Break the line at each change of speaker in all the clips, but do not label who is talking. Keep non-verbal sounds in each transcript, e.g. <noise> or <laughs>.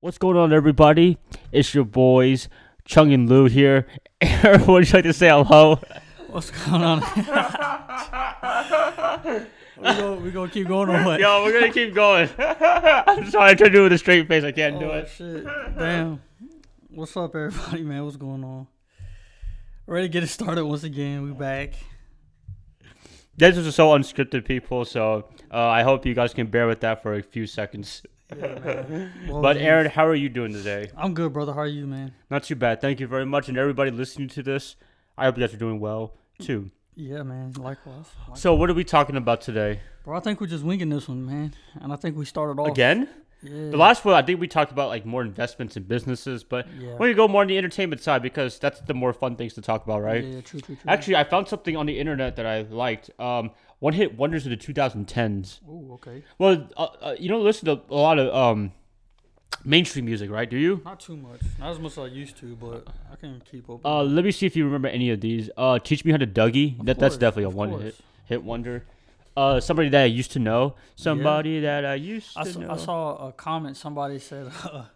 What's going on, everybody? It's your boys, Chung and Lou here. <laughs> Aaron, would you like to say hello?
What's going on? <laughs> we go, we gonna keep going or what?
Yo, we're gonna keep <laughs> going. I'm sorry, I tried to do it with a straight face. I can't do
oh
it.
shit! Damn. What's up, everybody? Man, what's going on? Ready to get it started once again. We back.
This is so unscripted, people. So uh, I hope you guys can bear with that for a few seconds.
Well,
But
geez.
Aaron, how are you doing today?
I'm good, brother. How are you, man?
Not too bad. Thank you very much, and everybody listening to this, I hope you guys are doing well too.
Yeah, man. Likewise. Like-
So, what are we talking about today?
Bro, I think we're just winging this one, man. And I think we
Oh.
started off
Again?
Yeah.
The last one, I think we talked about like more investments in businesses, but
Yeah.
we're gonna go more on the entertainment side because that's the more fun things to talk about, right?
Yeah, true, true, true.
Actually, I found something on the internet that I liked. Um, one hit wonders of the 2010s.
oh, okay.
Well, uh, uh, you don't listen to a lot of um, mainstream music, right? Do you?
Not too much. Not as much as I used to, but I can keep up.
Uh, let me see if you remember any of these. Uh, Teach Me How to Dougie. That, that's
course,
definitely a
of
one
course.
hit hit wonder. Uh, somebody that I used to know. Somebody that I used to
I, saw,
know.
I saw a comment somebody said uh,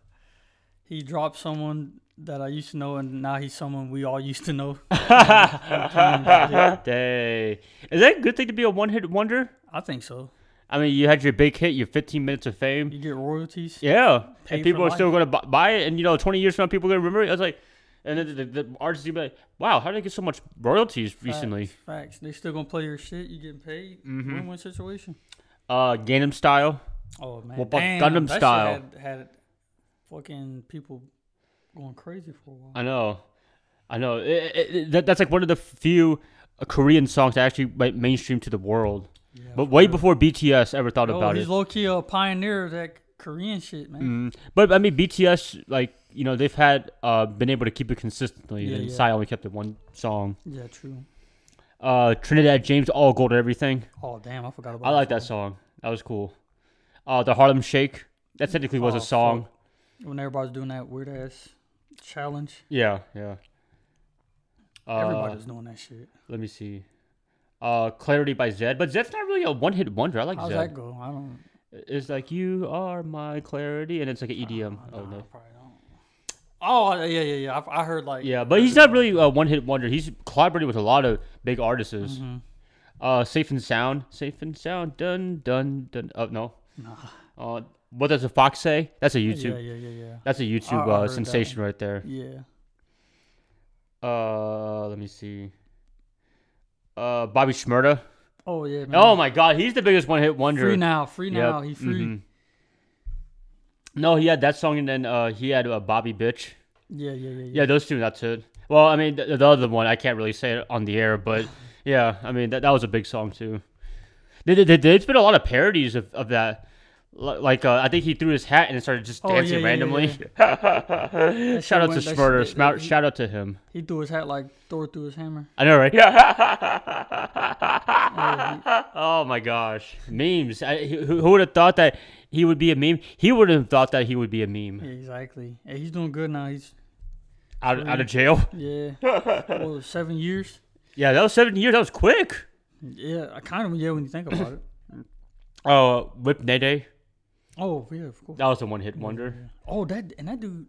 he dropped someone that I used to know, and now he's someone we all used to know.
<laughs> Dang. Is that a good thing to be a one hit wonder?
I think so.
I mean, you had your big hit, your 15 minutes of fame.
You get royalties.
Yeah,
Pay
and
for
people are
life.
still going to buy it, and you know, 20 years from now, people are going to remember it. I was like, and then the, the, the artists will be like, "Wow, how did I get so much royalties recently?" Mm-hmm.
Facts, facts. They still gonna play your shit. You getting paid. Win-win situation.
Uh, Gangnam Style.
Oh man.
What about
Damn,
Gundam
that shit
style?
had, had fucking people going crazy for a while.
I know, I know. It- it- it- that, that's like one of the few uh, Korean songs that actually went mainstream to the world,
Yeah,
but
for
way
real.
before BTS ever thought
Oh,
about
he's
it.
low key a pioneer of that Korean shit, man.
Mm, But I mean, BTS, like you know, they've had uh, been able to keep it consistently,
Yeah,
and
yeah.
Psy only kept it one song.
Yeah, true.
Uh, Trinidad James, all gold, everything.
Oh damn, I forgot about.
I like that song. That was cool. Uh, the Harlem Shake. That technically was
Oh,
a song.
When everybody's doing that weird ass challenge.
Yeah, yeah. Uh,
Everybody's doing that shit.
Let me see. Uh, Clarity by Zed, but Zed's not really a one-hit wonder. I like
How's that
Zed.
go? I don't.
It's like you are my clarity, and it's like an
Ah,
EDM.
I
oh
don't- I
no.
probably don't. Oh yeah, yeah, yeah. I, I heard like
Yeah, but he's not really a one-hit wonder. He's collaborated with a lot of big artists.
Mm-hmm.
Uh, Safe and Sound, Safe and Sound, dun dun dun. Oh no.
Nah.
Uh, what does a fox say? That's a YouTube.
Yeah, yeah, yeah, yeah.
That's a YouTube
I
uh,
heard that
sensation right there.
Yeah.
Uh, let me see. Uh, Bobby Shmurda.
Oh yeah, man.
Oh my God, he's the biggest one-hit wonder.
free now, free
Yep,
now. He free.
mhm. No, he had that song, and then uh, he had uh, Bobby Bitch.
Yeah, yeah, yeah, yeah.
Yeah, those two. That's it. Well, I mean, the, the other one I can't really say it on the air,
<sighs>
but yeah, I mean that, that was a big song too. There, there, there's been a lot of parodies of, of that. Li- Like uh, I think he threw his hat and it started just
Oh, yeah,
dancing
yeah, yeah,
randomly.
That shit
shout out to
went- that shit-
Shmurda.
that-
Shout,
he,
shout out to him.
he threw his hat like Thor threw his hammer.
I know, right? <laughs> oh my gosh, memes! I, who who would have thought that he would be a meme? He wouldn't have thought that he would be a meme
Yeah, exactly. Yeah, he's doing good now. He's
out, out of jail.
yeah.
<laughs>
well, seven years.
Yeah, that was seven years. That was quick.
Yeah, I kind of yeah when you think about it.
Oh, Whip Nede.
Oh yeah, of course.
That was a one-hit wonder.
Oh that and that dude.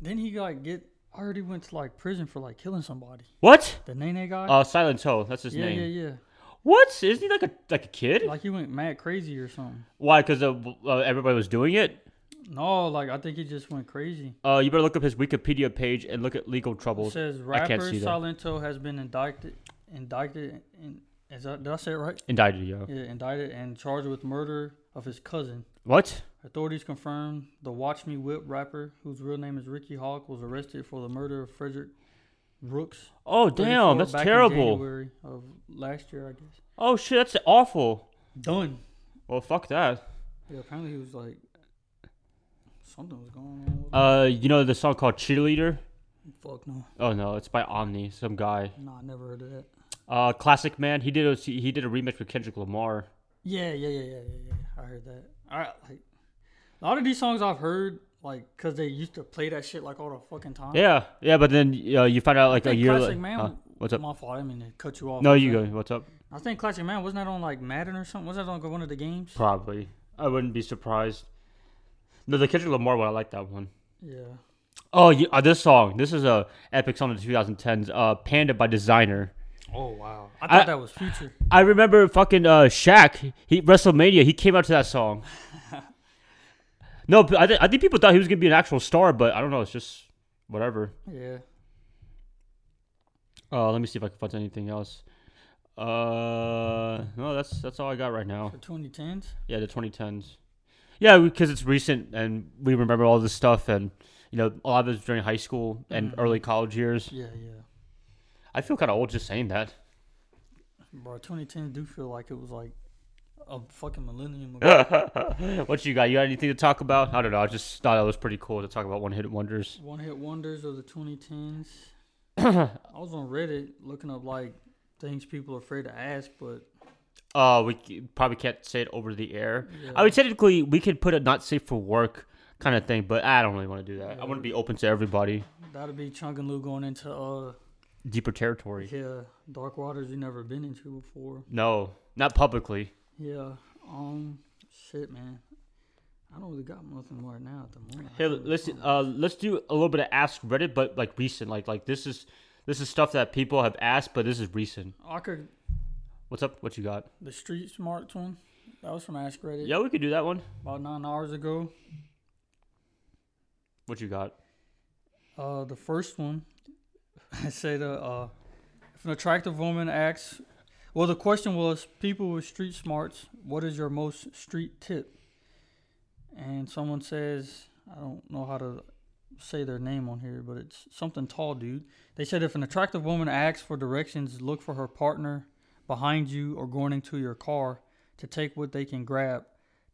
Then he like get already went to like prison for like killing somebody.
What?
The Nene guy.
Uh, Silent Hill. That's his
yeah,
name.
yeah, yeah.
What? Isn't he like a like a kid?
Like he went mad crazy or something.
Why? Because uh, uh, everybody was doing it.
No, like I think he just went crazy.
Uh, you better look up his Wikipedia page and look at legal troubles.
It says
I can't
rapper
see that.
Silento has been indicted, indicted, and is that, did I say it right?
Indicted, yo.
Yeah, indicted and charged with murder of his cousin.
What?
Authorities confirmed the Watch Me Whip rapper, whose real name is Ricky Hawk, was arrested for the murder of Frederick Brooks.
Oh damn,
34
that's
back in
terrible.
January of last year, I guess.
Oh shit, that's awful.
Done.
Well, fuck that.
Yeah, apparently he was like something was going on. with him.
Uh, you know the song called Cheerleader?
Fuck no.
Oh no, it's by Omni, some guy.
No, I never heard of that.
Uh, classic man. He did a he did a remix with Kendrick Lamar.
Yeah, yeah, yeah, yeah, yeah, yeah. I heard that. I like a lot of these songs I've heard, like, cause they used to play that shit like all the fucking time.
Yeah, yeah, but then uh, you find out like
I
a
think
year.
Classic
la-
Man.
Huh? What's up?
My fault. I didn't mean to cut you off.
No,
Was
you
that-
go. What's up?
I think Classic Man wasn't that on like Madden or something? Wasn't that on one of the games?
Probably. I wouldn't be surprised. No, the Kendrick Lamar one. I like that one.
Yeah.
Oh, yeah, uh, this song. This is a epic song of the 2010s. Uh, Panda by Designer.
Oh wow. I thought
I-
that was Future.
I remember fucking uh, Shaq. He WrestleMania. He came out to that <laughs> song. no, but I, th- I think people thought he was gonna be an actual star, but I don't know. It's just whatever.
Yeah.
Uh, let me see if I can find anything else. Uh, no, that's that's all I got right now.
For 2010s.
Yeah, the 2010s. Yeah, because it's recent and we remember all this stuff, and you know, a lot of it's during high school and early college years.
Yeah, yeah.
I feel kind of old just saying that.
Bro, 2010s do feel like it was like a fucking millennium ago.
what you got? You got anything to talk about? I don't know. I just thought it was pretty cool to talk about one hit wonders.
One hit wonders of the 2010s.
<coughs>
I was on Reddit looking up like things people are afraid to ask, but
Uh, we c- probably can't say it over the air. I mean, technically, we could put a not safe for work kind of thing, but I don't really want to do that. I want to be open to everybody.
that'll be Chunk and Lou going into uh
Deeper territory.
yeah dark waters you never been into before.
No, not publicly.
Yeah, um, shit, man. I don't really got nothing right now at the moment. I
Hey,
can't-
listen. Uh, let's do a little bit of ask Reddit, but like recent, like like this is this is stuff that people have asked, but this is recent.
I could
What's up? What you got?
the street smart one. That was from Ask Reddit
Yeah, we could do that one.
about nine hours ago.
What you <laughs> got?
Uh, the first one, <laughs> I said, uh, uh, if an attractive woman asks, well, the question was, people with street smarts, what is your most street tip? And someone says, I don't know how to say their name on here, but it's something tall, dude. They said, if an attractive woman asks for directions, look for her partner behind you or going into your car to take what they can grab.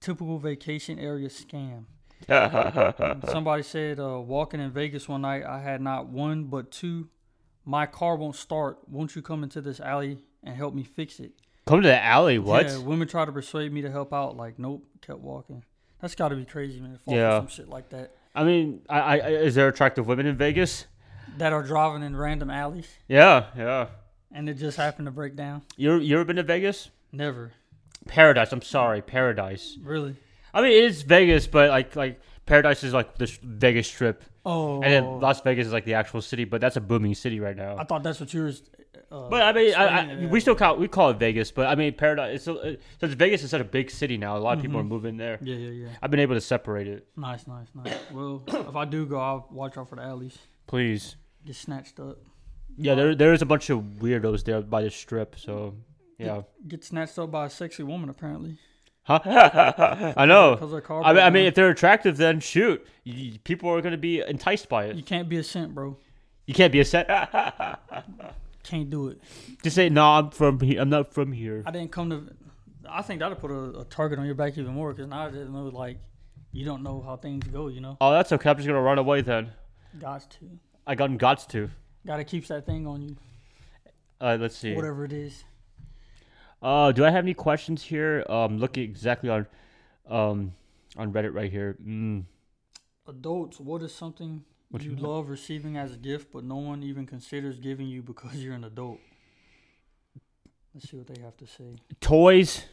Typical vacation area scam. Somebody said, uh, walking in Vegas one night, I had not one but two. My car won't start. Won't you come into this alley and help me fix it?
Come to the alley. What?
Yeah, women try to persuade me to help out. Like, nope, kept walking. That's got to be crazy, man. to Fall
Yeah.
for some shit like that.
I mean, I, I I- is there attractive women in Vegas?
That are driving in random alleys
Yeah, yeah.
and it just happened to break down.
You you ever been to Vegas?
Never.
Paradise. I'm sorry, paradise.
Really?
I mean, it's Vegas, but like like paradise is like the sh- Vegas Strip,
Oh.
and then Las Vegas is like the actual city, but that's a booming city right now.
I thought that's what yours. Uh,
But I mean, I, I,
explaining it
we still call we call it Vegas, but I mean Paradise. It's so since Vegas is such a big city now, a lot of people are moving there.
Mm-hmm. yeah, yeah, yeah.
I've been able to separate it.
Nice, nice, nice. Well, if I do go, I'll watch out for the alleys.
Please,
Get snatched up.
yeah, there there is a bunch of weirdos there by the strip, so yeah,
Get snatched up by a sexy woman, apparently.
huh? I know.
Because her car.
I mean,
broke
I mean,
down.
if they're attractive, then shoot, Y people are gonna be enticed by
You
it.
can't be a simp, bro.
You can't be a set. <laughs>
Can't do it.
Just say no. I'm from here. I'm not from here.
I didn't come to. I think that'll put a, a target on your back even more because now I just know like you don't know how things go. You know,
Oh, that's okay. I'm just gonna run away then.
got to,
I got guts to.
gotta keep that thing on you,
Uh, let's see.
whatever it is.
Uh, do I have any questions here? Um, looking exactly on, um, on Reddit right here. Mm.
Adults, what is something you, love receiving as a gift, but no one even considers giving you because <laughs> you're an adult? Let's see what they have to say.
Toys.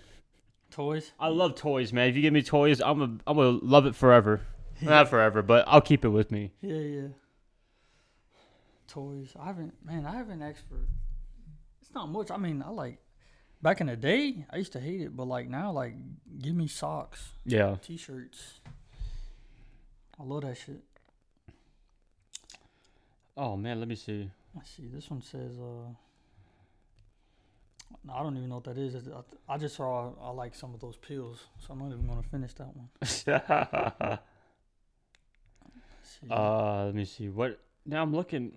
Toys.
I love toys, man. If you give me toys, I'm a, I'm gonna love it
<laughs>
forever. Not forever, but I'll keep it with me.
Yeah, yeah. Toys. I haven't, man. I haven't asked for. It's not much. I mean, I like. Back in the day, I used to hate it, but like now, like, give me socks,
Yeah.
t-shirts. I love that shit.
Oh man, let me see. <laughs>
Let's see. This one says, uh. no, I don't even know what that is. It's- I, I just saw I like some of those pills, so I'm not even gonna finish that one.
uh,
Let's see.
let me see. What? Now I'm looking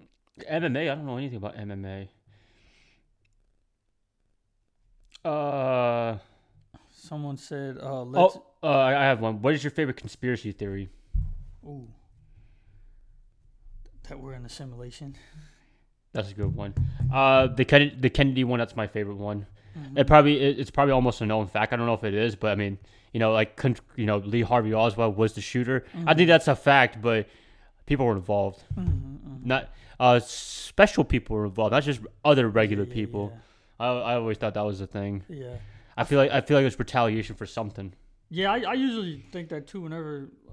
MMA. I don't know anything about MMA. Uh
Someone said, uh, "Let's."
oh, uh, I I have one. What is your favorite conspiracy theory?
Ooh. That we're in a simulation.
That's a good one. Uh, the Kennedy, the Kennedy one. That's my favorite one.
Mm-hmm.
It probably it, it's probably almost a known fact. I don't know if it is, but I mean, you know, like con- you know, Lee Harvey Oswald was the shooter. I
Mm-hmm.
think that's a fact, but people were involved. Not uh, special people were involved. Not just other regular
Yeah,
people. I, I always thought that was a thing.
Yeah. yeah.
I feel like I feel like it was retaliation for something.
Yeah, I, I usually think that too. Whenever uh,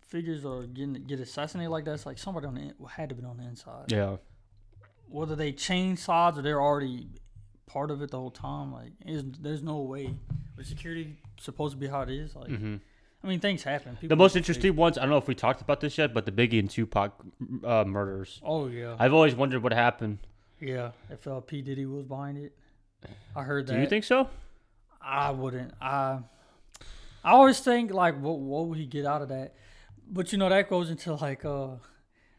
figures are getting get assassinated like that, it's like somebody on the in- had to be on the inside.
Yeah.
Whether they change sides or they're already part of it the whole time, like is, there's no way. With security supposed to be how it is, like I mean, things happen. People
Mm-hmm. The most interesting ones, I don't know if we talked about this yet, but the Biggie and Tupac uh, murders.
Oh yeah,
I've always wondered what happened.
yeah. If uh, P Diddy was behind it, I heard that.
Do you think so?
I wouldn't. I I always think like, what what would he get out of that? But you know that goes into like uh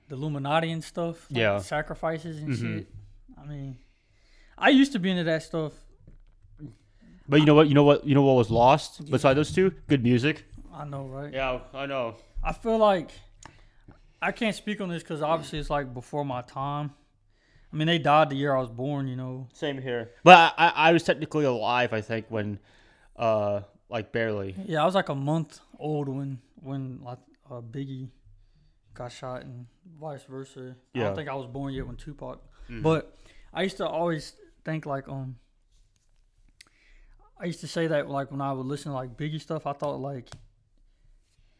the Illuminati and stuff. like,
Yeah. Mm-hmm.
sacrifices and shit. I mean, I used to be into that stuff.
But you know what? You know what? You know what was lost beside those two? Good music.
I know, right?
Yeah, I know.
I feel like I can't speak on this because obviously it's like before my time. I mean, they died the year I was born. You know.
Same here. But I, I, I was technically alive, I think, when, uh, like barely.
Yeah, I was like a month old when when like uh, Biggie got shot and vice versa. I
Yeah.
don't think I was born yet when Tupac. But I used to always think like um I used to say that like when I would listen to like Biggie stuff, I thought like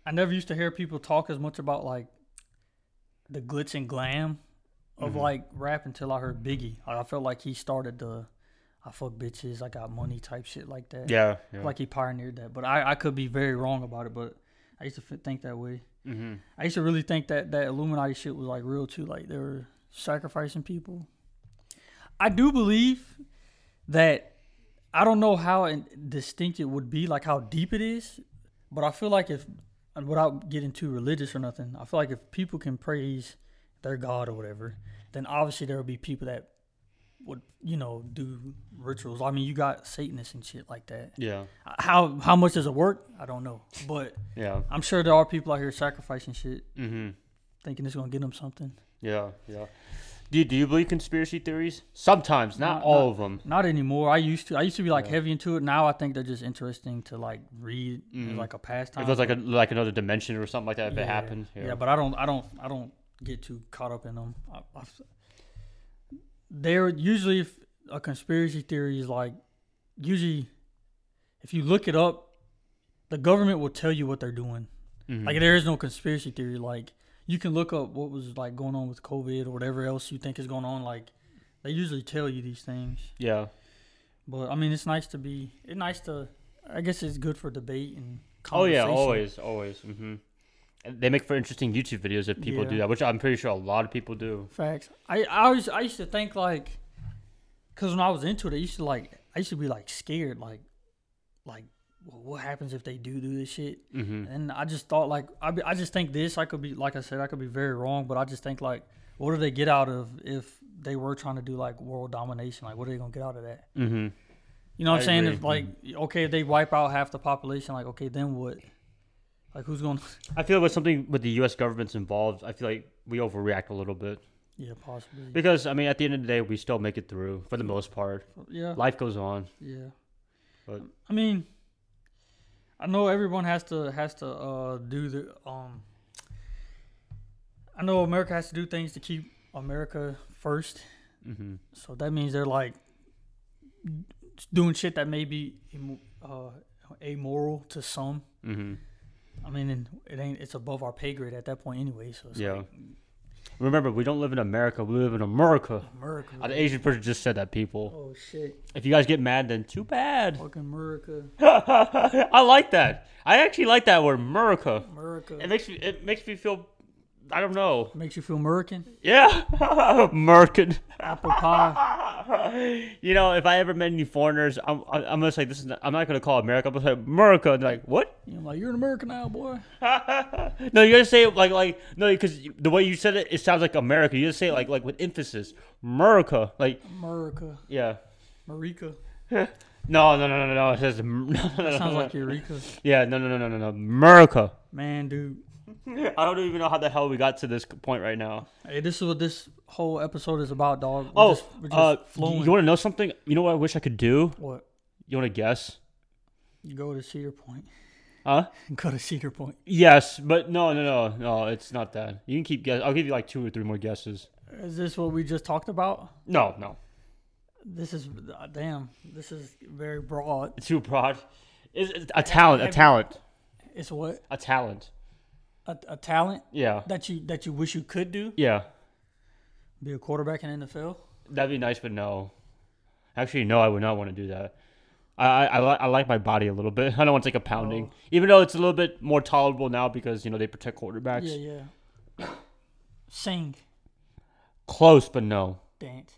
I never used to hear people talk as much about like the glitz and glam of like rap until I heard Biggie. Like, I felt like he started the I fuck bitches, I got money type shit like that
Yeah. yeah.
like he pioneered that. But I, I could be very wrong about it. But I used to f- think that way.
mm-hmm.
I used to really think that that Illuminati shit was like real too. Like they were sacrificing people. I do believe that. I don't know how in- distinct it would be, like how deep it is, but I feel like if, and without getting too religious or nothing, I feel like if people can praise their God or whatever, then obviously there will be people that would, you know, do rituals. I mean, you got Satanists and shit like that
Yeah.
how how much does it work? I don't know, but
Yeah.
I'm sure there are people out here sacrificing shit,
Mm-hmm.
thinking it's gonna get them something.
Yeah. Yeah. Do you, do you believe conspiracy theories? Sometimes, not, all of them.
Not anymore. I used to. I used to be like heavy into it. Now I think they're just interesting to like read as like a pastime.
If there's Mm-hmm. like a like another dimension or something like that, if
Yeah.
it happened.
Yeah. but I don't. I don't. I don't get too caught up in them. I, I, they're usually if a conspiracy theory is like usually if you look it up, the government will tell you what they're doing.
Mm-hmm. Hmm.
Like there is no conspiracy theory. Like you can look up what was like going on with COVID or whatever else you think is going on. Like they usually tell you these things.
yeah.
But I mean, it's nice to be. It's nice to. I guess it's good for debate and.
Oh yeah,
conversation.
always, always. Mm-hmm. And they make for interesting YouTube videos if people do
Yeah.
that, which I'm pretty sure a lot of people do.
Facts. I, I always I used to think like, cause when I was into it, I used to like I used to be like scared like, like well, what happens if they do do this shit?
Mm-hmm.
And I just thought like I be, I just think this I could be like I said I could be very wrong, but I just think like what do they get out of if they were trying to do like world domination? Like what are they gonna get out of that?
Mm-hmm.
You know what
I
I'm saying?
agree.
If like okay, if they wipe out half the population, like okay, then what? Like who's gonna? <laughs>
I feel with something with the U.S. government's involved, I feel like we overreact a little bit
Yeah, possibly.
because I mean, at the end of the day, we still make it through for the most part.
Yeah.
Life goes on.
Yeah.
But-
I mean, I know everyone has to has to uh, do the um. I know America has to do things to keep America first,
Mm-hmm.
so that means they're like doing shit that may be imo- uh, amoral to some.
Mm-hmm.
I mean, and it ain't it's above our pay grade at that point anyway. So it's
Yeah.
like,
Remember, we don't live in America. We live in America.
America.
Uh, The Asian person just said that, people.
oh shit,
If you guys get mad, then too bad. <laughs>
fucking America,
I like that. I actually like that word, America.
America.
It makes me. It makes me feel. I don't know.
Makes you feel American.
Yeah, <laughs> American.
Apple pie.
<laughs> You know, if I ever met any foreigners, I'm, I'm I'm gonna say this is. Not, I'm not gonna call America. I'm gonna say America. And they're like, what?
You're like you're an American now, boy.
No, you gotta say it like like no, because the way you said it, it sounds like America. You just say it like like with emphasis, America. Like
America,
yeah.
America.
No, no, no, no, no. It says <laughs> no, no, no,
<laughs> Sounds
no.
like Eureka.
yeah. No, no, no, no, no, no. America.
Man, dude.
I don't even know how the hell we got to this point right now.
Hey, this is what this whole episode is about, dog. We're
Oh,
just, we're just
uh,
flowing.
you want to know something? You know what I wish I could do?
what?
You want to guess?
You go to Cedar Point. <laughs>
Huh?
go to Cedar Point.
Yes, but no, no, no, no. It's not that. You can keep guess. I'll give you like two or three more guesses.
Is this what we just talked about?
No, no,
This is uh, damn. This is very broad.
it's too broad. It's, it's a talent, a
have you-
talent,
It's what
a talent.
a, a talent
Yeah.
that you that you wish you could do?
Yeah.
Be a quarterback in NFL.
That'd be nice, but no. Actually, no, I would not want to do that. I I, I, li- I like my body a little bit. <laughs> I don't want to take a pounding,
Oh.
even though it's a little bit more tolerable now because you know they protect quarterbacks.
Yeah, yeah. <coughs> Sing,
Close, but no.
dance,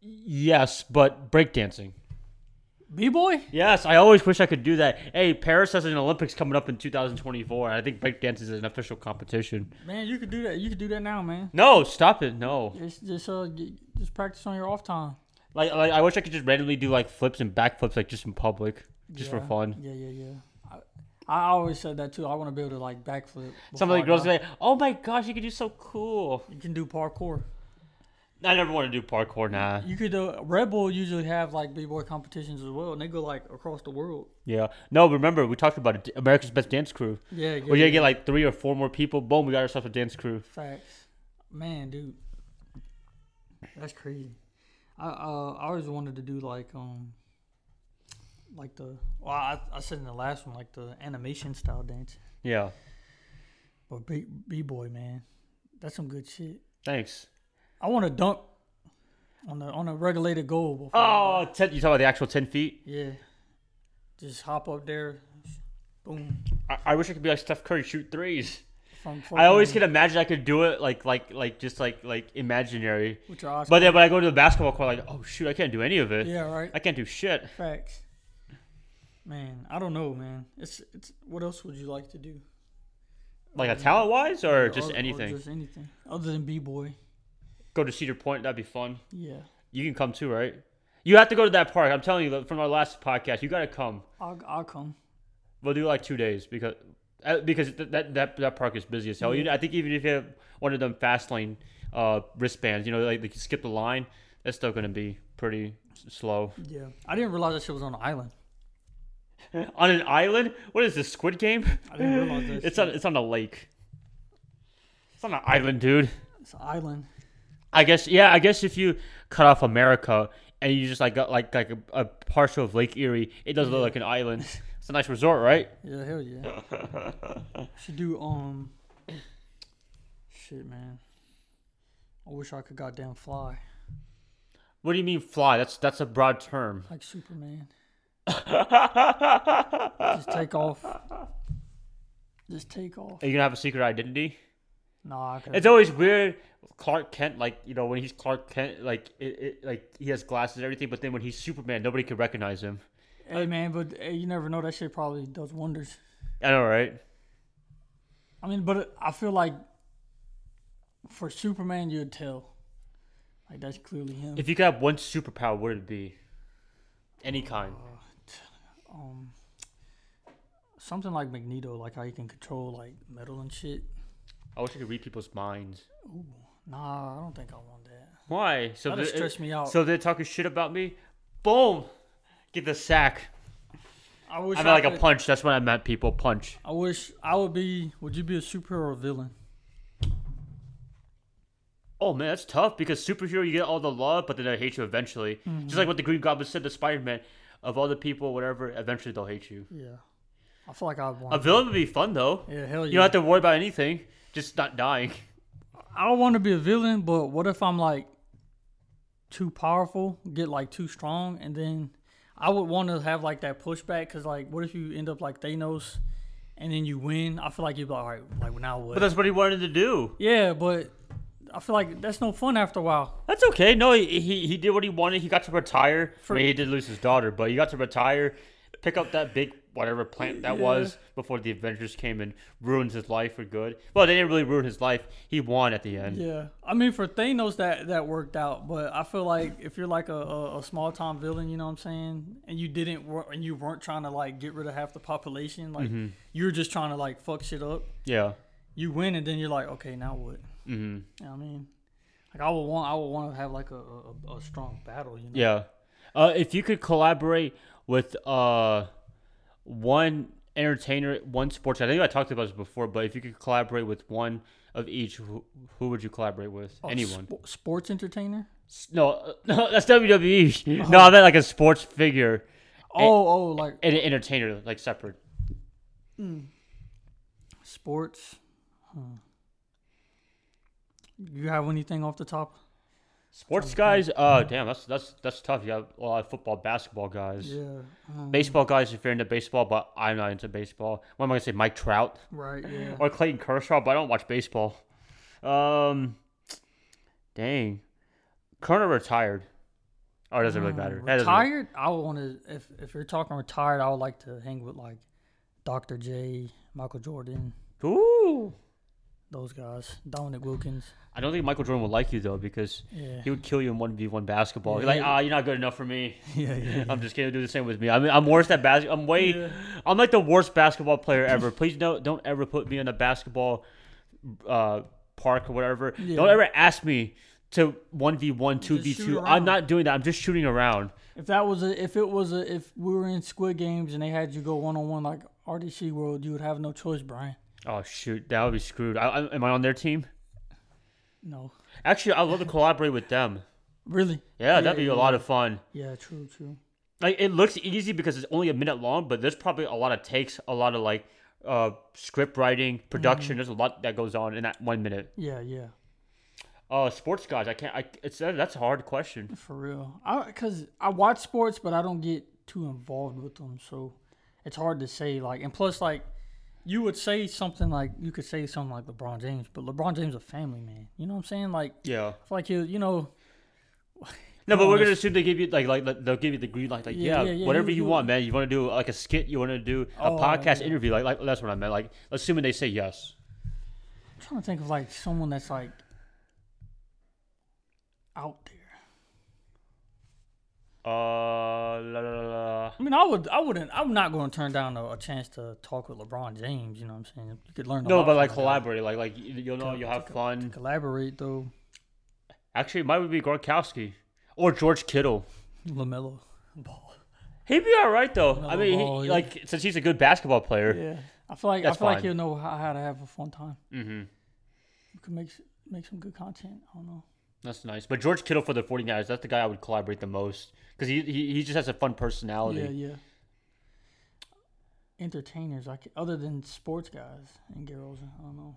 Yes, but breakdancing.
b boy.
Yes, I always wish I could do that. Hey, Paris has an Olympics coming up in 2024. and I think breakdance is an official competition.
Man, you could do that. You could do that now, man.
No, stop it. No.
Just just uh, y- just practice on your off time.
Like, like I wish I could just randomly do like flips and backflips like just in public, just
Yeah.
for fun.
Yeah, yeah, yeah. I, I always said that too. I want to be able to like backflip.
Some
before
of
I
the girls
die.
are like, "Oh my gosh, you could do so cool."
you can do parkour.
I never want to do parkour. Nah.
You could do Red Bull usually have like b boy competitions as well, and they go like across the world.
Yeah. No, remember we talked about it, America's Best Dance Crew.
Yeah, yeah.
We're
yeah.
gonna get like three or four more people. Boom, we got ourselves a dance crew.
Facts, man, dude. That's crazy. I uh, I always wanted to do like um like the well I, I said in the last one like the animation style dance,
Yeah.
but b b boy man, that's some good shit.
Thanks.
I want to dunk on the on a regulated goal. Before
Oh, 10, you talk about the actual ten feet.
yeah, just hop up there, boom.
I, I wish I could be like Steph Curry, shoot threes.
From
I always
fucking-
can imagine I could do it like like like just like like imaginary.
with your eyes
But then when I go to the basketball court, like oh shoot, I can't do any of it.
closed. yeah right
I can't do shit.
facts. Man, I don't know, man. It's it's what else would you like to do?
Like a talent wise or
Or-
just
or
anything.
just anything other than b boy.
Go to Cedar Point, that'd be fun.
Yeah,
You can come too, right? You have to go to that park. I'm telling you from our last podcast, you gotta come.
I'll, I'll come.
We'll do like two days because uh, because th- that that that park is busy as hell. You know, I think even if you have one of them fast lane uh, wristbands, you know, like, like you skip the line, that's still going to be pretty s- slow.
Yeah, I didn't realize that shit was on an island.
on an island, what is this Squid Game? <laughs>
I didn't realize that.
It's on
shit.
it's on a lake. It's on an island, dude.
it's an island.
I guess yeah. I guess if you cut off America and you just like got like like a, a partial of Lake Erie, it does look like an island. It's a nice resort, right?
Yeah, hell yeah.
<laughs>
Should do um. Shit, man. I wish I could goddamn fly
What do you mean fly? That's that's a broad term.
like Superman. Just take off. Just take off.
Are you gonna have a secret identity?
Nah, I could.
It's always weird. Clark Kent, like you know, when he's Clark Kent, like it, it like he has glasses and everything, but then when he's Superman, nobody can recognize him.
hey, man, but hey, you never know. That shit probably does wonders.
I know, right?
I mean, but I feel like for Superman, you'd tell. Like that's clearly him.
If you could have one superpower, what would it be? Any kind.
um something like Magneto, like how you can control like metal and shit.
I wish I could read people's minds.
Nah, I don't think I want that.
Why? So
That'll
they-
stress me out.
So they're talking shit about me. Boom, get the sack.
I wish
I
I,
meant like a
could-
punch. That's when I meant people punch.
I wish I would be. Would you be a superhero or villain?
Oh man, that's tough because superhero you get all the love, but then they hate you eventually.
Mm-hmm.
Just like what the Green Goblin said to Spider Man, of all the people, whatever, eventually they'll hate you.
Yeah, I feel like I'd
A
want.
villain would be fun though.
Yeah, hell
You don't
yeah.
have to worry about anything, just not dying. <laughs>
I don't want to be a villain, but what if I'm like too powerful, get like too strong, and then I would want to have like that pushback because like, what if you end up like Thanos, and then you win? I feel like you'd be like, all right, like now what?
But that's what he wanted to do.
yeah, but I feel like that's no fun after a while.
That's okay. No, he he, he did what he wanted. He got to retire. I mean, he did lose his daughter, but he got to retire, pick up that big whatever plant that was before the Avengers came and ruined his life for good. Well, they didn't really ruin his life. He won at the end.
Yeah, I mean for Thanos that that worked out, but I feel like if you're like a, a, a small time villain, you know what I'm saying, and you didn't wor- and you weren't trying to like get rid of half the population, like you were just trying to like fuck shit up.
Yeah.
You win and then you're like, okay, now what? Mm-hmm. You know what I mean, like I would want I would want to have like a, a, a strong battle, you know?
Yeah. Uh, if you could collaborate with uh, one entertainer, one sports, I think I talked about this before, but if you could collaborate with one of each, who, who would you collaborate with? Anyone?
Sp- sports entertainer.
S- no, <laughs> uh, no, that's WWE. No, I meant like a sports figure
Oh, oh, like
and an entertainer, like separate.
sports. Hmm. You have anything off the top?
Sports guys, uh, damn, that's that's that's tough. You got a lot of football, basketball guys,
Yeah. um,
baseball guys. If you're into baseball, but I'm not into baseball. What am I gonna say? Mike Trout
Right. Yeah.
or Clayton Kershaw, but I don't watch baseball. Um, dang, Kerner retired. Oh, it doesn't really matter. That doesn't-
Mm, Retired? I would want to. If if you're talking retired, I would like to hang with like Dr. J, Michael Jordan,
Ooh.
those guys, Dominic Wilkins.
I don't think Michael Jordan would like you though because
Yeah.
he would kill you in one v one basketball. You're
Yeah,
like,
he-
ah, you're not good enough for me.
<laughs> Yeah. Yeah.
I'm just gonna do the same with me. I mean, I'm worse at bas. I'm way. I'm like the worst basketball player ever. Please don't don't ever put me in a basketball uh, park or whatever. Don't
Yeah.
ever ask me to one v one, two v
Just shoot
two.
around.
I'm not doing that. I'm just shooting around.
If that was a, if it was a, if we were in Squid Games and they had you go one on one like RDC World, you would have no choice, Brian.
Oh shoot, that would be screwed. I, I, am I on their team?
No.
Actually, I'd love to collaborate with them.
Really?
Yeah, that'd be a lot of fun.
Yeah. True. True.
Like it looks easy because it's only a minute long, but there's probably a lot of takes, a lot of like uh, script writing, production. There's a lot that goes on in that one minute.
Yeah. Yeah.
Uh, sports guys, I can't. I, it's that, that's a hard question.
For real. I because I watch sports, but I don't get too involved with them, so it's hard to say. Like, and plus, like you would say something like you could say something like LeBron James, but LeBron James a family man. You know what I'm saying? Like,
Yeah.
it's like you, you know,
No, but
on,
we're gonna
let's-
assume they give you like like like, they'll give you the green light. Like yeah,
Yeah, yeah, yeah,
whatever
you-
you
you-
want, man. You want to do like a skit? You want to do a
Oh,
podcast
yeah.
interview? Like like that's what I meant. Like assuming they say yes.
I'm trying to think of like someone that's like out there.
Uh, la, la, la, la.
I mean, I would, I wouldn't, I'm not going to turn down a, a chance to talk with LeBron James. You know what I'm saying? You could learn. A
no,
lot
but
from
like
the guy.
collaborate. Like like you- you'll know
Co-
you'll have
co-
fun.
collaborate though.
Actually, it might be Gronkowski or George Kittle.
Lamelo Ball.
He'd be all right though. I
Lamelo
mean, he,
Ball, yeah.
like since he's a good basketball player.
Yeah, I feel like I
That's
feel like
fine.
he'll know how, how to have a fun time.
Mm-hmm.
You can make s- make some good content. I don't know.
That's nice. But George Kittle for the 49ers, that's the guy I would collaborate the most because he, he he just has a fun personality.
Yeah, yeah. Entertainers, like other than sports guys and girls, I don't know.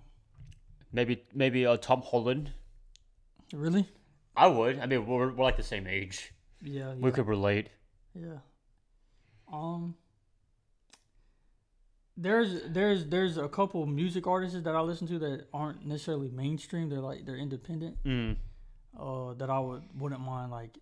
Maybe maybe uh, Tom Holland.
Really?
I would. I mean, we're, we're like the same age.
Yeah, yeah.
We could relate.
yeah. Um. There's there's there's a couple music artists that I listen to that aren't necessarily mainstream. They're like they're independent.
Mm.
Uh, that I would wouldn't mind like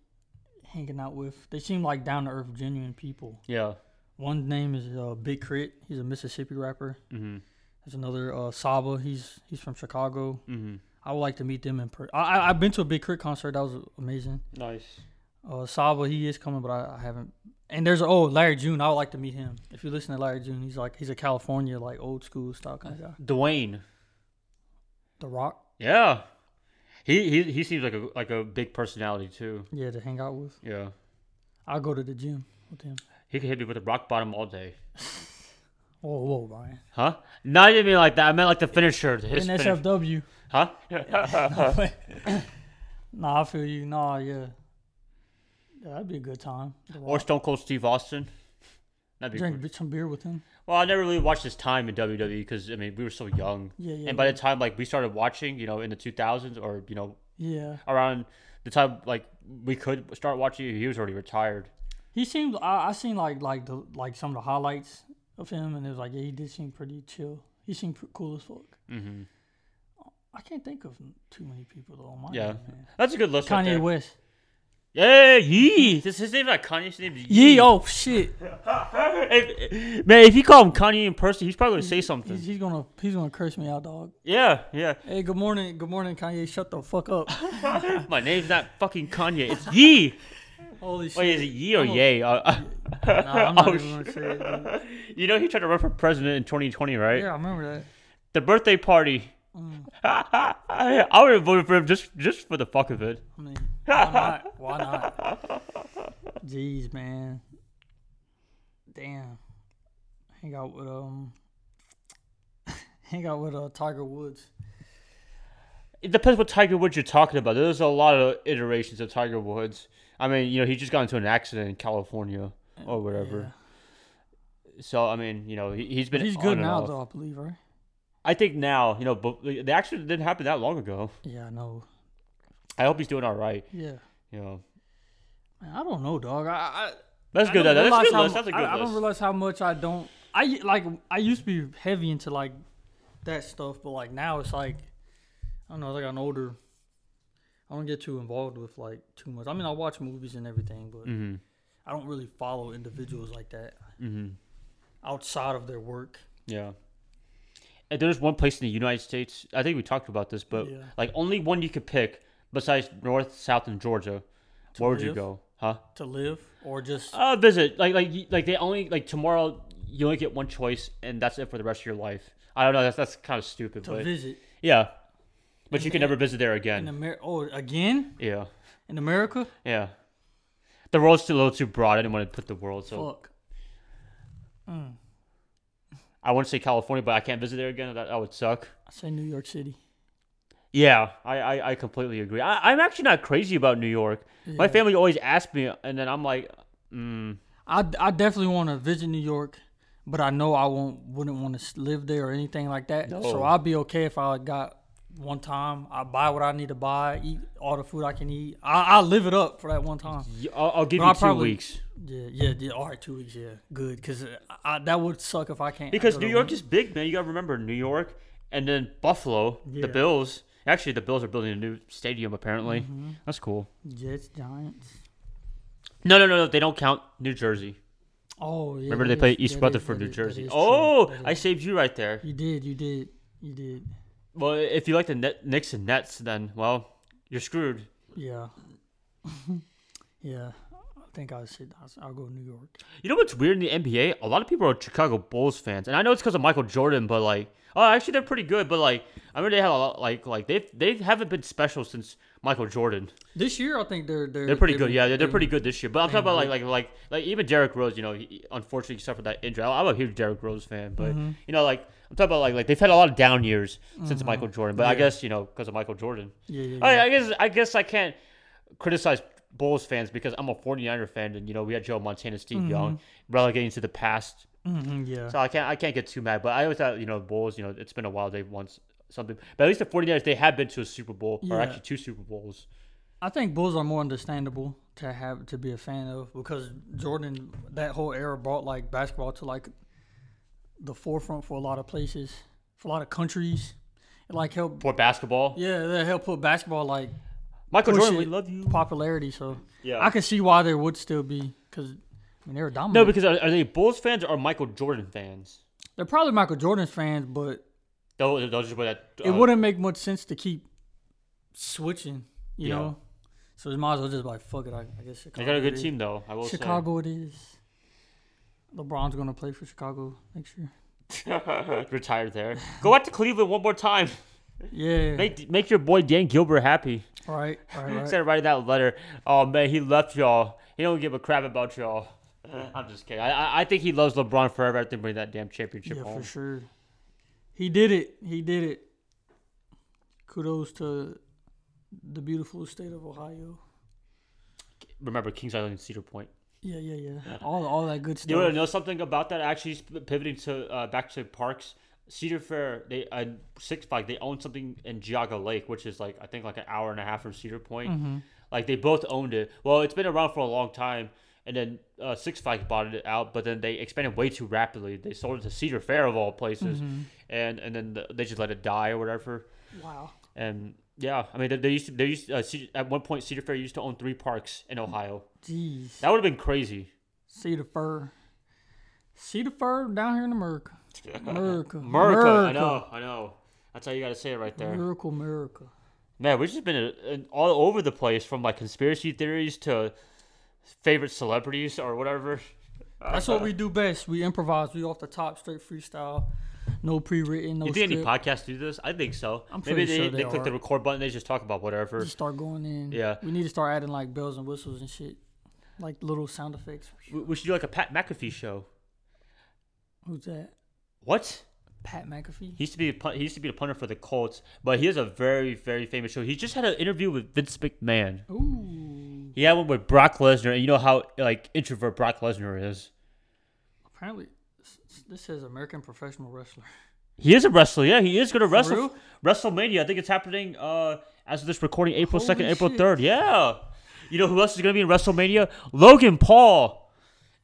hanging out with. They seem like down to earth, genuine people.
Yeah.
One name is uh, Big Crit. He's a Mississippi rapper.
Mm-hmm.
There's another uh, Saba. He's he's from Chicago.
Mm-hmm.
I would like to meet them in person. I, I I've been to a Big Crit concert. That was amazing.
Nice.
Uh, Saba, he is coming, but I, I haven't. And there's oh Larry June. I would like to meet him. If you listen to Larry June, he's like he's a California like old school style kind of guy.
Dwayne.
The Rock.
Yeah. He, he he seems like a like a big personality too.
Yeah, to hang out with.
Yeah.
I'll go to the gym with him.
He could hit me with a rock bottom all day.
Whoa, whoa, Brian.
Huh? No, I didn't mean like that. I meant like the finisher. His finish.
NSFW.
Huh?
<laughs> nah, I feel you. Nah, yeah. Yeah, that'd be a good time. The
or
Rock.
Stone Cold Steve Austin. That'd be
Drink
cool.
bi- some beer with him.
Well, I never really watched his time in WWE because I mean we were so young,
Yeah, yeah.
and by
yeah.
the time like we started watching, you know, in the 2000s or you know
yeah.
around the time like we could start watching, he was already retired.
He seemed. I, I seen like like the like some of the highlights of him, and it was like yeah, he did seem pretty chill. He seemed pr- cool as fuck.
Mm-hmm.
I can't think of too many people though. On my
Yeah.
end, man.
That's a good list. right
Kanye
there.
West.
Yeah, Yee. This his name not Kanye. His name is
Yeah. Oh shit.
If- man, if you call him Kanye in person, he's probably gonna say something.
He's, he's gonna he's gonna curse me out, dog.
Yeah, yeah.
Hey, good morning, good morning, Kanye. Shut the
<laughs>
fuck up.
My name's not fucking Kanye. It's
<laughs>
Yee.
Holy shit.
Wait, is it Yee or
Oh.
Yay? Uh, uh,
Nah, I'm
<laughs>
not
Oh,
even gonna say it. dude.
you know he tried to run for president in 2020, right?
Yeah, I remember that.
The birthday party. <laughs> I would have voted for him just just for the fuck of it.
I mean, why not? Why not? Jeez, man. Damn. Hang out with um. <laughs> Hang out with uh Tiger Woods.
It depends what Tiger Woods you're talking about. There's a lot of iterations of Tiger Woods. I mean, you know, he just got into an accident in California or whatever. So I mean, you know, he, he's been
He's
on
good
and
now
off.
though, I believe, right?
I think now, you know, but the accident didn't happen that long ago.
Yeah, I know.
I hope he's doing all right.
Yeah.
You know,
Man, I don't know, dog. I, I
that's
I
good.
don't
That, that's a
realize
good
how
list.
mu-
That's a good
I, I
list.
don't realize how much I don't. I like. I used to be heavy into like that stuff, but like now it's like I don't know. As I got older, I don't get too involved with like too much. I mean, I watch movies and everything, but
mm-hmm.
I don't really follow individuals like that
Mm-hmm.
outside of their work.
Yeah. And there's one place in the United States. I think we talked about this, but
Yeah.
like only one you could pick besides North, South, and Georgia. Where would you
live?
go? Huh?
To live or just
Uh, visit. Like like y- like they only like tomorrow. You only get one choice, and that's it for the rest of your life. I don't know. That's that's kind of stupid,
to
but
visit
yeah. But you can
And-
never visit there
in
again.
America. Oh, again
Yeah,
in America?
yeah. The world's too a little too broad. I didn't want to put the world, so
Fuck. Mm,
I want to say California, but I can't visit there again. That, that would suck.
I say New York City.
Yeah, I, I, I completely agree. I, I'm actually not crazy about New York. My
Yeah.
family always asks me, and then I'm like, mm,
I, I definitely want to visit New York, but I know I won't wouldn't want to live there or anything like that.
No.
So I'll be okay if I got one time. I buy what I need to buy, eat all the food I can eat. I I live it up for that one time.
y- I'll, I'll give
But
you
I
two
probably-
weeks.
Yeah, yeah, yeah. All right, two weeks. Yeah, good. Cause I, I, that would suck if I can't.
Because
go
New
to
York
one-
is big, man. You got to remember New York and then Buffalo,
Yeah.
the Bills. Actually, the Bills are building a new stadium, apparently.
Mm-hmm.
That's cool.
Jets, Giants.
No, no, no, no. They don't count New Jersey.
Oh yeah.
Remember,
that
they play
is-
East
that is-
Rutherford,
that
New
is- that
Jersey.
is true.
Oh,
That
I
is-
saved you right there.
You did. You did. You did.
Well, if you like the net, Knicks and Nets, then, well, you're screwed.
Yeah. <laughs> yeah. I think I said I'll go New York.
You know what's weird in the NBA? A lot of people are Chicago Bulls fans, and I know it's because of Michael Jordan, but like, oh, actually they're pretty good. But like, I remember they had a lot, like, like they they haven't been special since Michael Jordan.
This year, I think they're they're
They're pretty
they've
good,
been-
yeah. They're, they're
they've
pretty
been-
good this year. But I'm talking about like like like like even Derrick Rose. You know, he, he unfortunately suffered that injury. I'm a huge Derrick Rose fan, but you know, like I'm talking about like like they've had a lot of down years since Michael Jordan. But I
Yeah.
guess you know because of Michael Jordan.
Yeah, yeah,
I,
yeah.
Oh, I guess I guess I can't criticize Bulls fans because I'm a 49er fan, and you know we had Joe Montana, Steve
Mm-hmm.
Young relegating to the past.
Mhm, yeah.
So I can't I can't get too mad, but I always thought you know Bulls. You know it's been a while they've won s- something, but at least the 49ers they have been to a Super Bowl or
Yeah.
actually two Super Bowls.
I think Bulls are more understandable to have to be a fan of because Jordan that whole era brought like basketball to like the forefront for a lot of places, for a lot of countries. It like helped
For basketball,
yeah, that helped put basketball like
Michael
Push
Jordan, we
it.
love you.
popularity. So
Yeah.
I can see why there would still be because I mean they were dominant.
No, because are, are they Bulls fans or Michael Jordan fans?
they're probably Michael Jordan's fans, but
Those those are that uh,
it wouldn't make much sense to keep switching, you
Yeah.
know. So you might as well just be like fuck it. I, I guess
They
Chicago
got a
it
good
is.
team though. I will
Chicago it is. LeBron's gonna play for Chicago next year.
say. <laughs> Retired there. Go out to Cleveland one more time.
Yeah.
Make make your boy Dan Gilbert happy.
all right. All right.
Instead of writing that letter, oh man, he left y'all. He don't give a crap about
<laughs>
y'all. I'm just kidding. I, I, I think he loves LeBron forever after bring that damn championship
yeah, for
home.
sure. He did it. He did it. Kudos to the beautiful state of Ohio.
Remember Kings Island and Cedar Point.
Yeah, yeah, yeah. All all that good
You want to
stuff.
know something about that? Actually, sp- pivoting to uh, back to parks, Cedar Fair, they uh, Six Flag, they own something in Geauga Lake, which is like I think like an hour and a half from Cedar Point. Like they both owned it. Well, it's been around for a long time, and then uh, Six Flags bought it out, but then they expanded way too rapidly. They sold it to Cedar Fair of all places, and and then the, they just let it die or whatever.
Wow.
And yeah, I mean they, they used to they used to, uh, Cedar, at one point Cedar Fair used to own three parks in Ohio.
Jeez.
That would have been crazy.
See the fur. See the fur down here in America.
<laughs>
America. Mm-hmm.
America. I know, I know. That's how you got to say it right there.
Miracle, America.
Man, we've just been uh, in- all over the place from like conspiracy theories to favorite celebrities or whatever.
That's what we do best. We improvise. We off the top, straight freestyle. No pre-written. No
You think any
script.
podcasts do this? I think so.
I'm
Maybe
pretty
they,
sure
they,
they
click the
are.
record button. They just talk about whatever.
Just start going in.
Yeah.
We need to start adding like bells and whistles and shit, like little sound effects.
We, we should do like a Pat McAfee show.
Who's that?
What?
Pat McAfee.
He used to be a pun- he used to be the punter for the Colts, but he has a very very famous show. He just had an interview with Vince McMahon.
Ooh.
He had one with Brock Lesnar, and you know how like introvert Brock Lesnar is.
Apparently, s- s- this says American professional wrestler. <laughs>
He is a wrestler. Yeah, he is going to wrestle.
real?
WrestleMania. I think it's happening uh, as of this recording, April
Holy
second, April
shit.
third. Yeah. You know who else is going to be in WrestleMania? Logan Paul.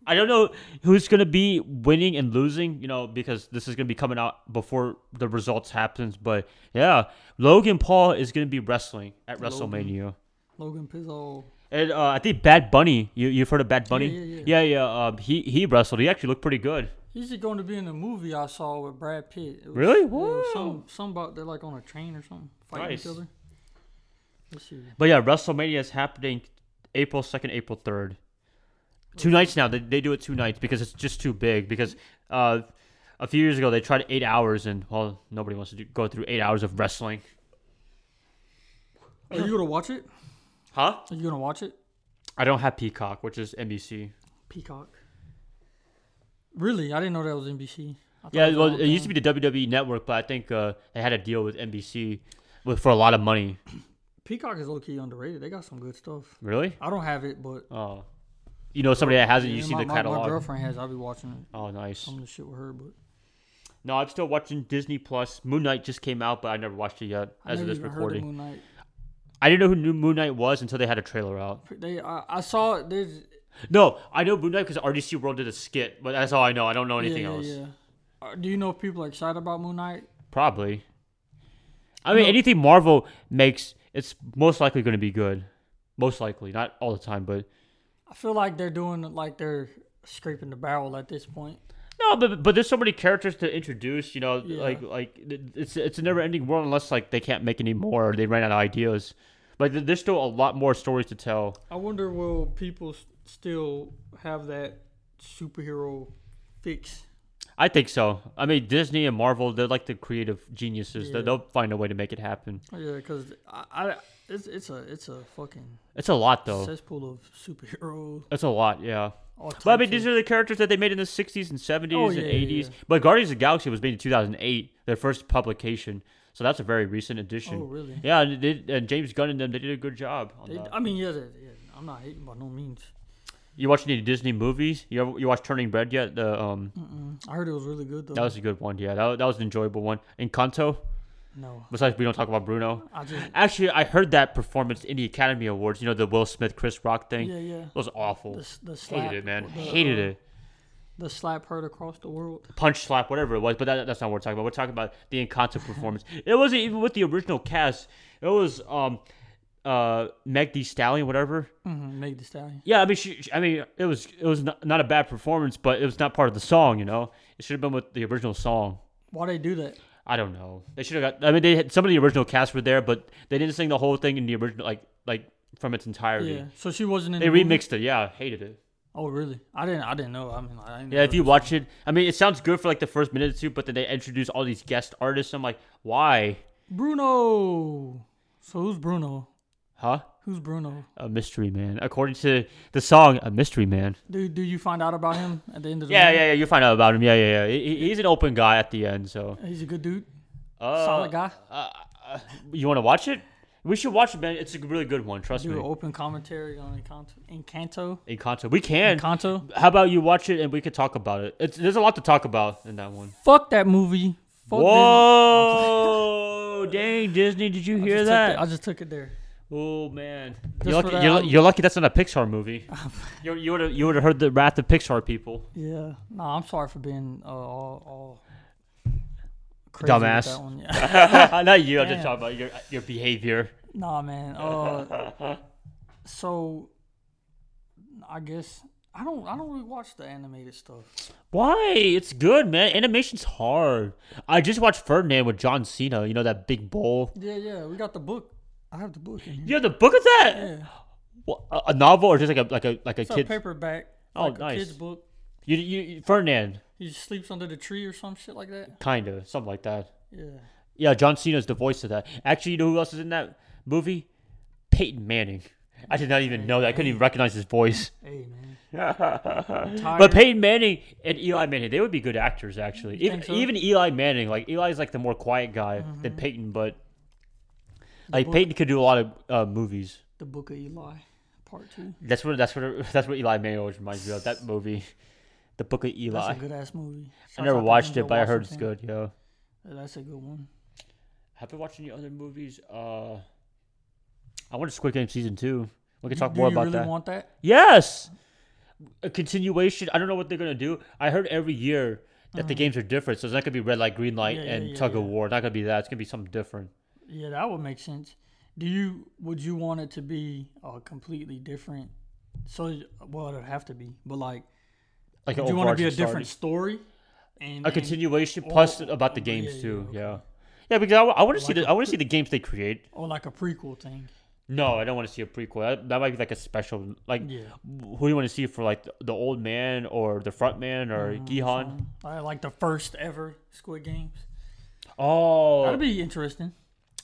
I don't know who's going to be winning and losing. You know because this is going to be coming out before the results happens. But yeah, Logan Paul is going to be wrestling at
Logan.
WrestleMania.
Logan Pizzo.
And uh, I think Bad Bunny. You you've heard of Bad Bunny?
yeah, yeah.
yeah. um, he he wrestled. He actually looked pretty good.
He's going to be in a movie I saw with Brad Pitt. It was-
Really?
it was
Whoa.
Some some about they're like on a train or something fighting
Nice.
each other. Let's see.
But yeah, WrestleMania is happening April second, April third. Two nights now. They, they do it two nights because it's just too big. Because uh, a few years ago they tried eight hours, and well, nobody wants to do, go through eight hours of wrestling,
Are you gonna watch it?
huh?
Are you gonna watch it?
I don't have Peacock, which is NBC.
Peacock. Really? I didn't know that was NBC. I thought
Yeah,
was
well,
all
it used to
done.
be the WWE network, but I think uh, they had a deal with NBC with for a lot of money.
Peacock is low key underrated. They got some good stuff.
Really?
I don't have it, but
Oh, you know somebody that hasn't. You
yeah,
see
my,
the
my- Um,
catalog.
My girlfriend has. I'll be watching it.
Oh, nice.
Some of the shit with her, but
No, I'm still watching Disney Plus. Moon Knight just came out, but I never watched it yet.
I
As of
never
this
even
recording,
heard of Moon Knight.
I didn't know who knew Moon Knight was until they had a trailer out.
They, I, I saw it. There's
No, I know Moon Knight because RDC World did a skit, but that's all I know. I don't know anything
yeah, yeah,
else.
Yeah. Uh, do you know if people are excited about Moon Knight?
Probably. I mean, anything Marvel makes, it's most likely going to be good. Most likely, not all the time, but
I feel like they're doing like they're scraping the barrel at this point.
no, but but there's so many characters to introduce. You know,
Yeah.
like like it's it's a never-ending world unless like they can't make any more or they ran out of ideas. Like there- there's still a lot more stories to tell.
I wonder will people s- still have that superhero fix?
I think so. I mean, Disney and Marvel, they're like the creative geniuses. They-
Yeah.
They'll find a way to make it happen.
Yeah, because I, I it's it's a it's a fucking
It's a lot, though.
cesspool of superheroes.
It's a lot, yeah.
All
But I
types
mean, these
of-
are the characters that they made in the 60s and 70s
Oh, yeah,
and
yeah,
80s.
yeah.
But Guardians of the Galaxy was made in 2008, their first publication. So that's a very recent edition.
oh really?
Yeah, and, they, and James Gunn and them, they did a good job on
They-
that.
I mean, yeah, they, yeah, I'm not hating by no means.
You watch any Disney movies? You ever, you watch Turning Red yet? The um,
Mm-mm. I heard it was really good though.
That was a good one, yeah. That, wa- that was an enjoyable one. Encanto,
no,
besides we don't talk about Bruno.
I just
Actually, I heard that performance in the Academy Awards. You know the Will Smith, Chris Rock thing.
yeah yeah.
It was awful.
The, s- the slap,
Hated it, man.
the,
Hated
uh,
it.
The slap heard across the world.
Punch, slap, whatever it was. But that, that's not what we're talking about. We're talking about the Encanto performance. It wasn't even with the original cast. It was um, uh, Meg Thee Stallion, whatever.
Mm-hmm. Meg the Stallion.
Yeah, I mean, she, she- I mean, it was it was not, not a bad performance, but it was not part of the song. You know, it should have been with the original song.
Why they do that?
I don't know. They should have got. I mean, they had, some of the original cast were there, but they didn't sing the whole thing in the original, like like from its entirety.
Yeah. Mm-hmm. So she wasn't in.
They
the movie?
remixed it. Yeah, hated it.
Oh really? I didn't. I didn't know. I mean, I didn't
Yeah, if you watch it, I mean, it sounds good for like the first minute or two, but then they introduce all these guest artists. I'm like, why?
Bruno. So who's Bruno?
Huh?
Who's Bruno?
A mystery man, according to the song, a mystery man.
Do Do you find out about him at the end of the?
Yeah,
movie?
yeah, yeah. You find out about him. Yeah, yeah, yeah. He, he- he's an open guy at the end. So,
He's a good dude.
uh,
Solid guy.
Uh, uh, you want to watch it? We should watch it, man. It's a really good one. Trust
Do an
me.
open commentary on Encanto.
<laughs>
Encanto.
Encanto. We can.
Encanto.
How about you watch it and we could talk about it? It's, there's a lot to talk about in that one.
Fuck that movie. Fuck Disney. <laughs>
Whoa! Dang, Disney, did you
I
hear
just took
that?
it- I just took it there.
Oh man,
Just
you're
for
lucky,
that, um,
you're, lu-
I'm-
you're lucky that's not a Pixar
<laughs>
movie. you you would have you would have heard the wrath of Pixar people. <laughs>
Yeah. No, I'm sorry for being uh, all all. Crazy with
Dumbass.
That one. Yeah. <laughs>
not you. I'm just
Damn.
talking about your your behavior.
Nah, man. Uh,
<laughs>
so I guess I don't. I don't really watch the animated stuff.
Why? It's good, man. Animation's hard. I just watched Ferdinand with John Cena. You know that big bowl.
Yeah, yeah. We got the book. I have the book in here.
You have the book of that?
Yeah.
What, a, a novel or just like a like a like a
It's a
kid?
paperback.
Oh,
like
nice.
A kid's book.
You, you you- Ferdinand,
He sleeps under the tree or some shit like that.
kind of something like that.
Yeah.
Yeah, John Cena's the voice of that. Actually, you know who else is in that movie? Peyton Manning. I did not even know that. I couldn't even recognize his voice.
Hey, man.
But
Tired.
Peyton Manning and Eli Manning, they would be good actors, actually. Even,
think so?
even Eli Manning, like Eli's like the more quiet guy
Mm-hmm.
than Peyton, but like
book-
Peyton could do a lot of uh, movies.
the book of Eli, part two.
That's what that's what that's what Eli Manning always reminds me of. That movie, The Book of
That's
Eli.
a good ass movie.
I
Shouts out
never
to
watched
Denzel
it, but I heard it's
Washington.
good. Yeah,
That's a good one.
Have you watched any other movies? Uh, I watched Squid Game season two. We can
Do-
talk
do
more
you
about
really
that.
want that?
Yes, a continuation. I don't know what they're gonna do. I heard every year that the games are different, so it's not gonna be red light, green light,
Uh-huh. Yeah, yeah,
and
yeah,
tug of
yeah.
war. Not gonna be that. It's gonna be something different.
Yeah, that would make sense. Do you would you want it to be uh, completely different? So well, it'd have to be, but like,
Like an
do you want to be a
overarching story.
different story? And,
a
and-
continuation
Oh,
plus about the
yeah,
games
yeah,
too.
okay.
Yeah, yeah. Because I, want to see
Like
the
a
I want to see the games they create.
or like a prequel thing.
No, I don't want to see a prequel. That, that might be like a special. Like,
Yeah.
who do you want to see for like the, the old man or the front man or Gihan?
Um, I like the first ever Squid Games.
Oh,
That'd be interesting.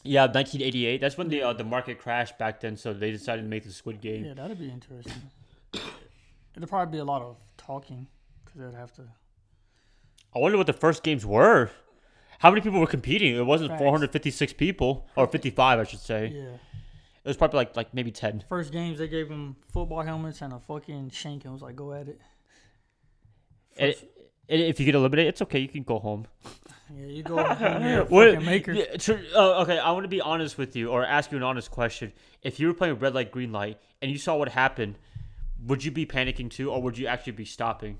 yeah, 1988. That's when the uh, the market crashed back then, so they decided to make the Squid Game.
Yeah, that'd be interesting. It'd probably be a lot of talking because I'd have to.
I wonder what the first games were. How many people were competing? It wasn't
Facts.
456 people or 55, I should say.
Yeah.
It was probably like like maybe 10.
First games they gave them football helmets and a fucking shank and was like, "Go at it."
And and if you get eliminated, it's okay. You can go home.
Yeah, you
<laughs>
go. You're a
What-
fucking maker.
yeah, tr- uh, okay, I want to be honest with you or ask you an honest question. If you were playing red light, green light, and you saw what happened, would you be panicking too, or would you actually be stopping?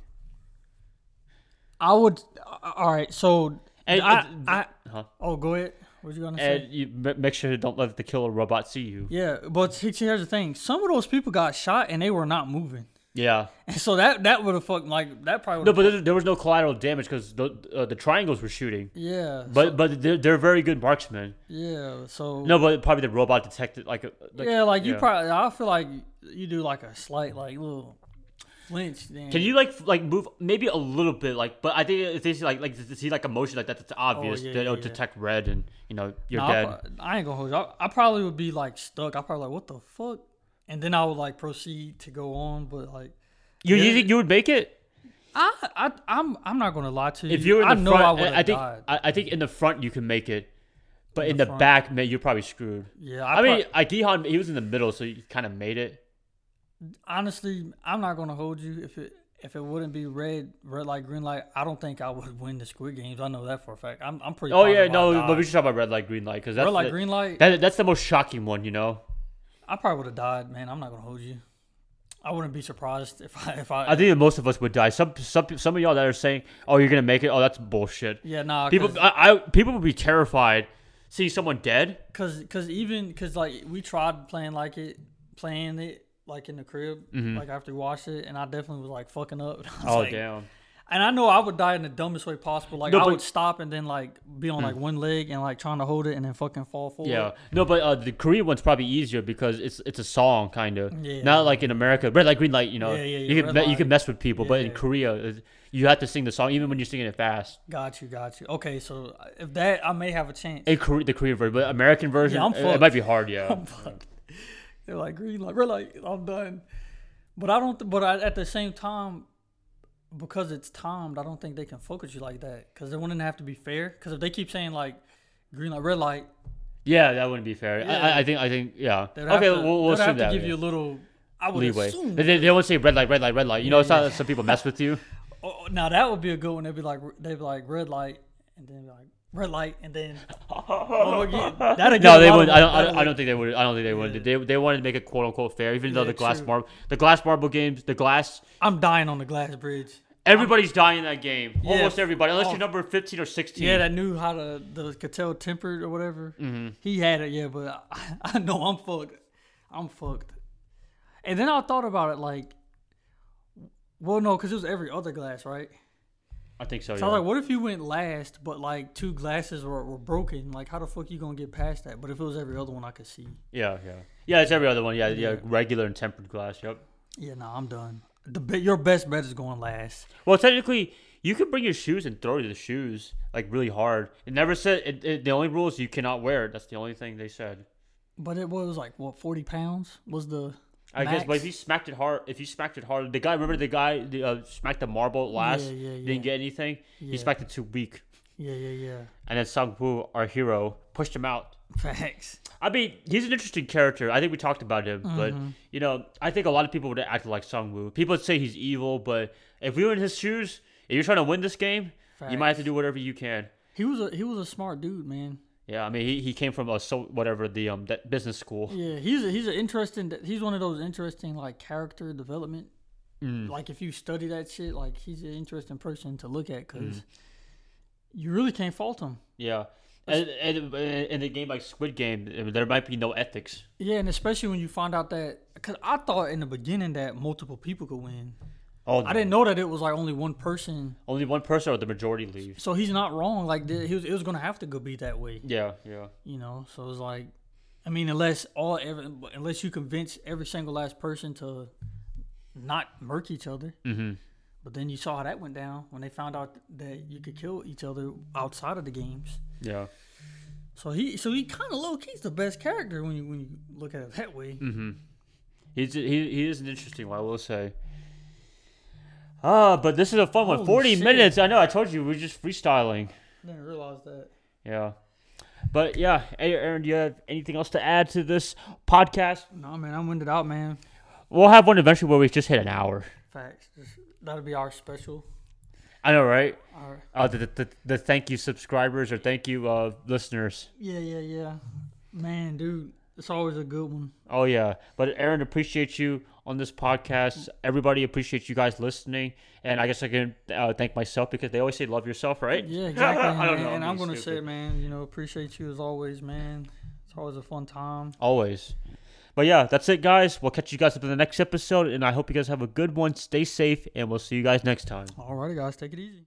I would. uh, All right, so
And-
I,
and-
I,
Huh?
oh, go ahead. What you gonna say?
And you m- make sure you don't let the killer robot see you.
yeah, but see, see, here's the thing: some of those people got shot and they were not moving, <laughs>
Yeah.
and so that that would have fucked like that probably.
No,
would've-
but there, there was no collateral damage because the, uh, the triangles were shooting.
yeah,
But
so-
but they're, they're very good marksmen.
yeah, so
No, but probably the robot detected like. a- like
yeah, like you probably. I feel like you do like a slight like little flinch. Then
Can you like f- like move maybe a little bit like? But I think if they see like like to see like a motion like that, that's obvious.
Oh, yeah,
they
yeah,
don't
yeah.
detect red, and you know you're
Nah, I,
dead.
prob- I ain't gonna hold you. I, I probably would be like stuck. I probably like what the fuck, and then I would like proceed to go on, but like.
You, you
Yeah.
think you would make it
I, I I'm I'm not gonna lie to you.
if you were in
I
the
know
front?
I would
I, I think
died.
I, I think in the front you can make it, but in,
the
the,
front.
back, man, you're probably screwed.
Yeah,
I,
I,
mean, like Gihan, he was in the middle, so you kind of made it.
honestly, I'm not gonna hold you. If it if it wouldn't be red, red light, green light, I don't think I would <laughs> win the Squid Games. I know that for a fact. I'm I'm pretty.
Oh yeah,
positive I
no,
died.
but we should talk about red light, green light because that's
red light,
the,
green light.
that, that's the most shocking one, you know.
I probably would have died, man. I'm not gonna hold you. I wouldn't be surprised if I if I.
I think that most of us would die. Some some some of y'all that are saying, "Oh, you're gonna make it," oh, that's bullshit.
yeah, nah.
People, I, I people would be terrified seeing someone dead.
cause, cause even cause like we tried playing like it, playing it like in the crib, like after we watched it, and I definitely was like fucking up. <laughs> I was
Mm-hmm. Oh
like,
damn.
And I know I would die in the dumbest way possible. Like
No,
I
but- Mm.
would stop and then like be on like one leg and like trying to hold it and then fucking fall forward.
Yeah, no, but uh, the Korean one's probably easier because it's it's a song kind of.
Yeah.
Not like in America, red light, green light. You know,
Yeah, yeah, yeah,
you can
red
me- you
light.
can mess with people, but in
Yeah.
Korea, it- you have to sing the song even when you're singing it fast.
Got you, got you. Okay, so if that I may have a chance.
In Kore- the Korean version, but American version,
I'm
it- it,
fucked.
might be hard.
<laughs>
Yeah,
I'm fucked. They're like green, like we're like I'm done. But I don't. th- But I, at the same time, because it's timed, I don't think they can focus you like that because they wouldn't have to be fair. Because if they keep saying like green light, red light,
yeah, that wouldn't be fair. I I,
Yeah.
I think I think yeah.
they'd have
Okay,
to,
we'll, we'll
they'd
assume
have
that.
to give
yeah.
you a little. I would
Leeway.
assume
They, they, they won't say red light, red light, red light. You know, it's not that some people mess with you.
Oh, now that would be a good one. They'd be like, they'd be like red light, and then be like red light, and
<laughs>
then oh, yeah, that'd get
No,
a
they
lot
would.
of-
I don't. I don't,
that'd
I don't think they would. I don't think they would. They they wanted to make it quote unquote fair, even though
Yeah,
the glass
true.
marble, the glass marble games, the glass.
look- I'm dying on the glass bridge.
Everybody's dying in that game.
Yeah,
Almost everybody, unless
oh.
you're number fifteen or sixteen.
Yeah, that knew how to the Cattell tempered or whatever.
Mm-hmm.
He had it, yeah, but <laughs> I, I know I'm fucked. I'm fucked. And then I thought about it, like, well, no, because it was every other glass, right?
I think so.
So
yeah.
I was like, what if you went last, but like two glasses were, were broken? Like, how the fuck you gonna get past that? But if it was every other one, I could see.
yeah, yeah, yeah. It's every other one. Yeah, yeah,
Yeah.
Regular and tempered glass. Yep.
Yeah, no, I'm done. The be- your best bet is going last.
Well, technically, you can bring your shoes and throw the shoes like really hard. It never said. It, it, the only rule is you cannot wear it. That's the only thing they said.
But it was like what forty pounds was the.
I guess, but
max?
if you smacked it hard, if you smacked it hard, the guy remember the guy the, uh, smacked the marble last,
Yeah, yeah, yeah.
didn't get anything. He
Yeah.
smacked it too weak,
yeah, yeah, yeah.
and then Sang Woo, our hero, pushed him out.
Facts.
I mean, he's an interesting character. I think we talked about him, but
Mm-hmm.
you know, I think a lot of people would act like Sung Woo. People would say he's evil, but if we were in his shoes, if you're trying to win this game, you might have to do whatever you can.
He was a he was a smart dude, man.
Yeah, I mean he, he came from a so whatever the um that business school.
Yeah, he's a, he's an interesting. He's one of those interesting like character development. Like if you study that shit, like he's an interesting person to look at because you really can't fault him.
Yeah, and and uh, in a game like Squid Game, there might be no ethics.
Yeah, and especially when you find out that because I thought in the beginning that multiple people could win.
Oh,
I didn't know that it was like only one person.
Only one person or the majority leaves.
So he's not wrong. Like th- he was, it was gonna have to go be that way.
Yeah, yeah,
You know. So it's like, I mean, unless all every, unless you convince every single last person to not murk each other.
mm-hmm.
But then you saw how that went down when they found out that you could kill each other outside of the games.
yeah,
So he, so he kind of low key's the best character when you when you look at it that way.
mm-hmm. He's he, he is an interesting one, I will say. Ah, but this is a fun one.
Holy
Forty
shit.
minutes. I know. I told you we're just freestyling.
Didn't realize that.
Yeah, but yeah, A- Aaron, do you have anything else to add to this podcast?
No man, I'm winded out, man.
We'll have one eventually where we just hit an hour.
Facts. Just- That'll be our special.
I know, right?
Our,
Uh, the, the, the, the thank you subscribers or thank you uh, listeners.
yeah, yeah, yeah. Man, dude, it's always a good one.
Oh yeah, but Aaron appreciates you on this podcast. Everybody appreciates you guys listening, and I guess I can uh, thank myself because they always say love yourself, right? <laughs>
Yeah, exactly.
I don't
man.
know,
And
I'm
I'm
being
gonna say,
stupid.
man, you know, appreciate you as always, man. It's always a fun time.
Always. But yeah, that's it, guys. We'll catch you guys up in the next episode, and I hope you guys have a good one. Stay safe, and we'll see you guys next time.
Alrighty, guys, take it easy.